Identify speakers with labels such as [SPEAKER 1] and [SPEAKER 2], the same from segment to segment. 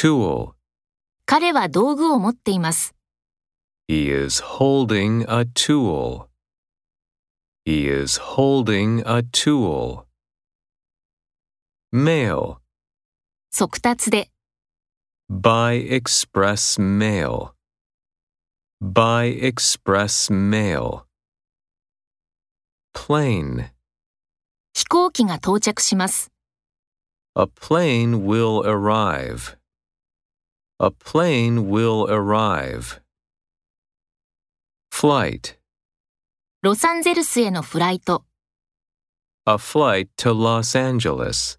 [SPEAKER 1] tool.
[SPEAKER 2] 彼は道具を持っています。
[SPEAKER 1] He is holding a tool. He is holding a tool. Mail.
[SPEAKER 2] 速達で、
[SPEAKER 1] By express mail. By express mail. Plane.
[SPEAKER 2] 飛行機が到着します。
[SPEAKER 1] A plane will arrive. A plane will arrive. Flight.
[SPEAKER 2] ロサンゼルスへのフライト、
[SPEAKER 1] A flight to Los Angeles.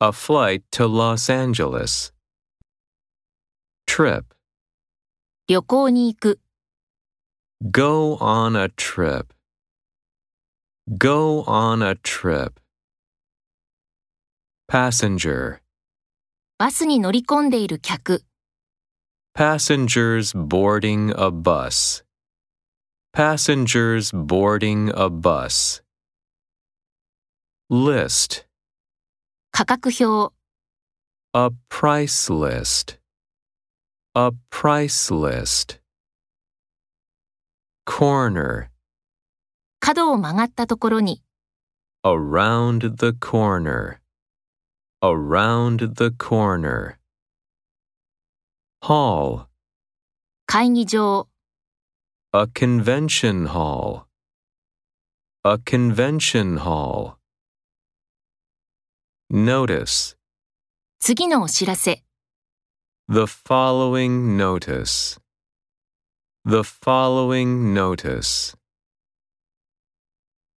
[SPEAKER 1] A flight to Los Angeles. Trip.
[SPEAKER 2] 旅行に行く、
[SPEAKER 1] Go on a trip. Go on a trip. Passenger.
[SPEAKER 2] バスに乗り込んでいる客、
[SPEAKER 1] Passengers boarding a bus. Passengers boarding a bus. List.
[SPEAKER 2] 価格表、
[SPEAKER 1] A price list. A price list. Corner.
[SPEAKER 2] 角を曲がったところに、
[SPEAKER 1] Around the corner. Around the corner. Hall.
[SPEAKER 2] 会議場、
[SPEAKER 1] A convention hall. A convention hall. Notice.
[SPEAKER 2] 次のお知らせ、
[SPEAKER 1] The following notice. The following notice.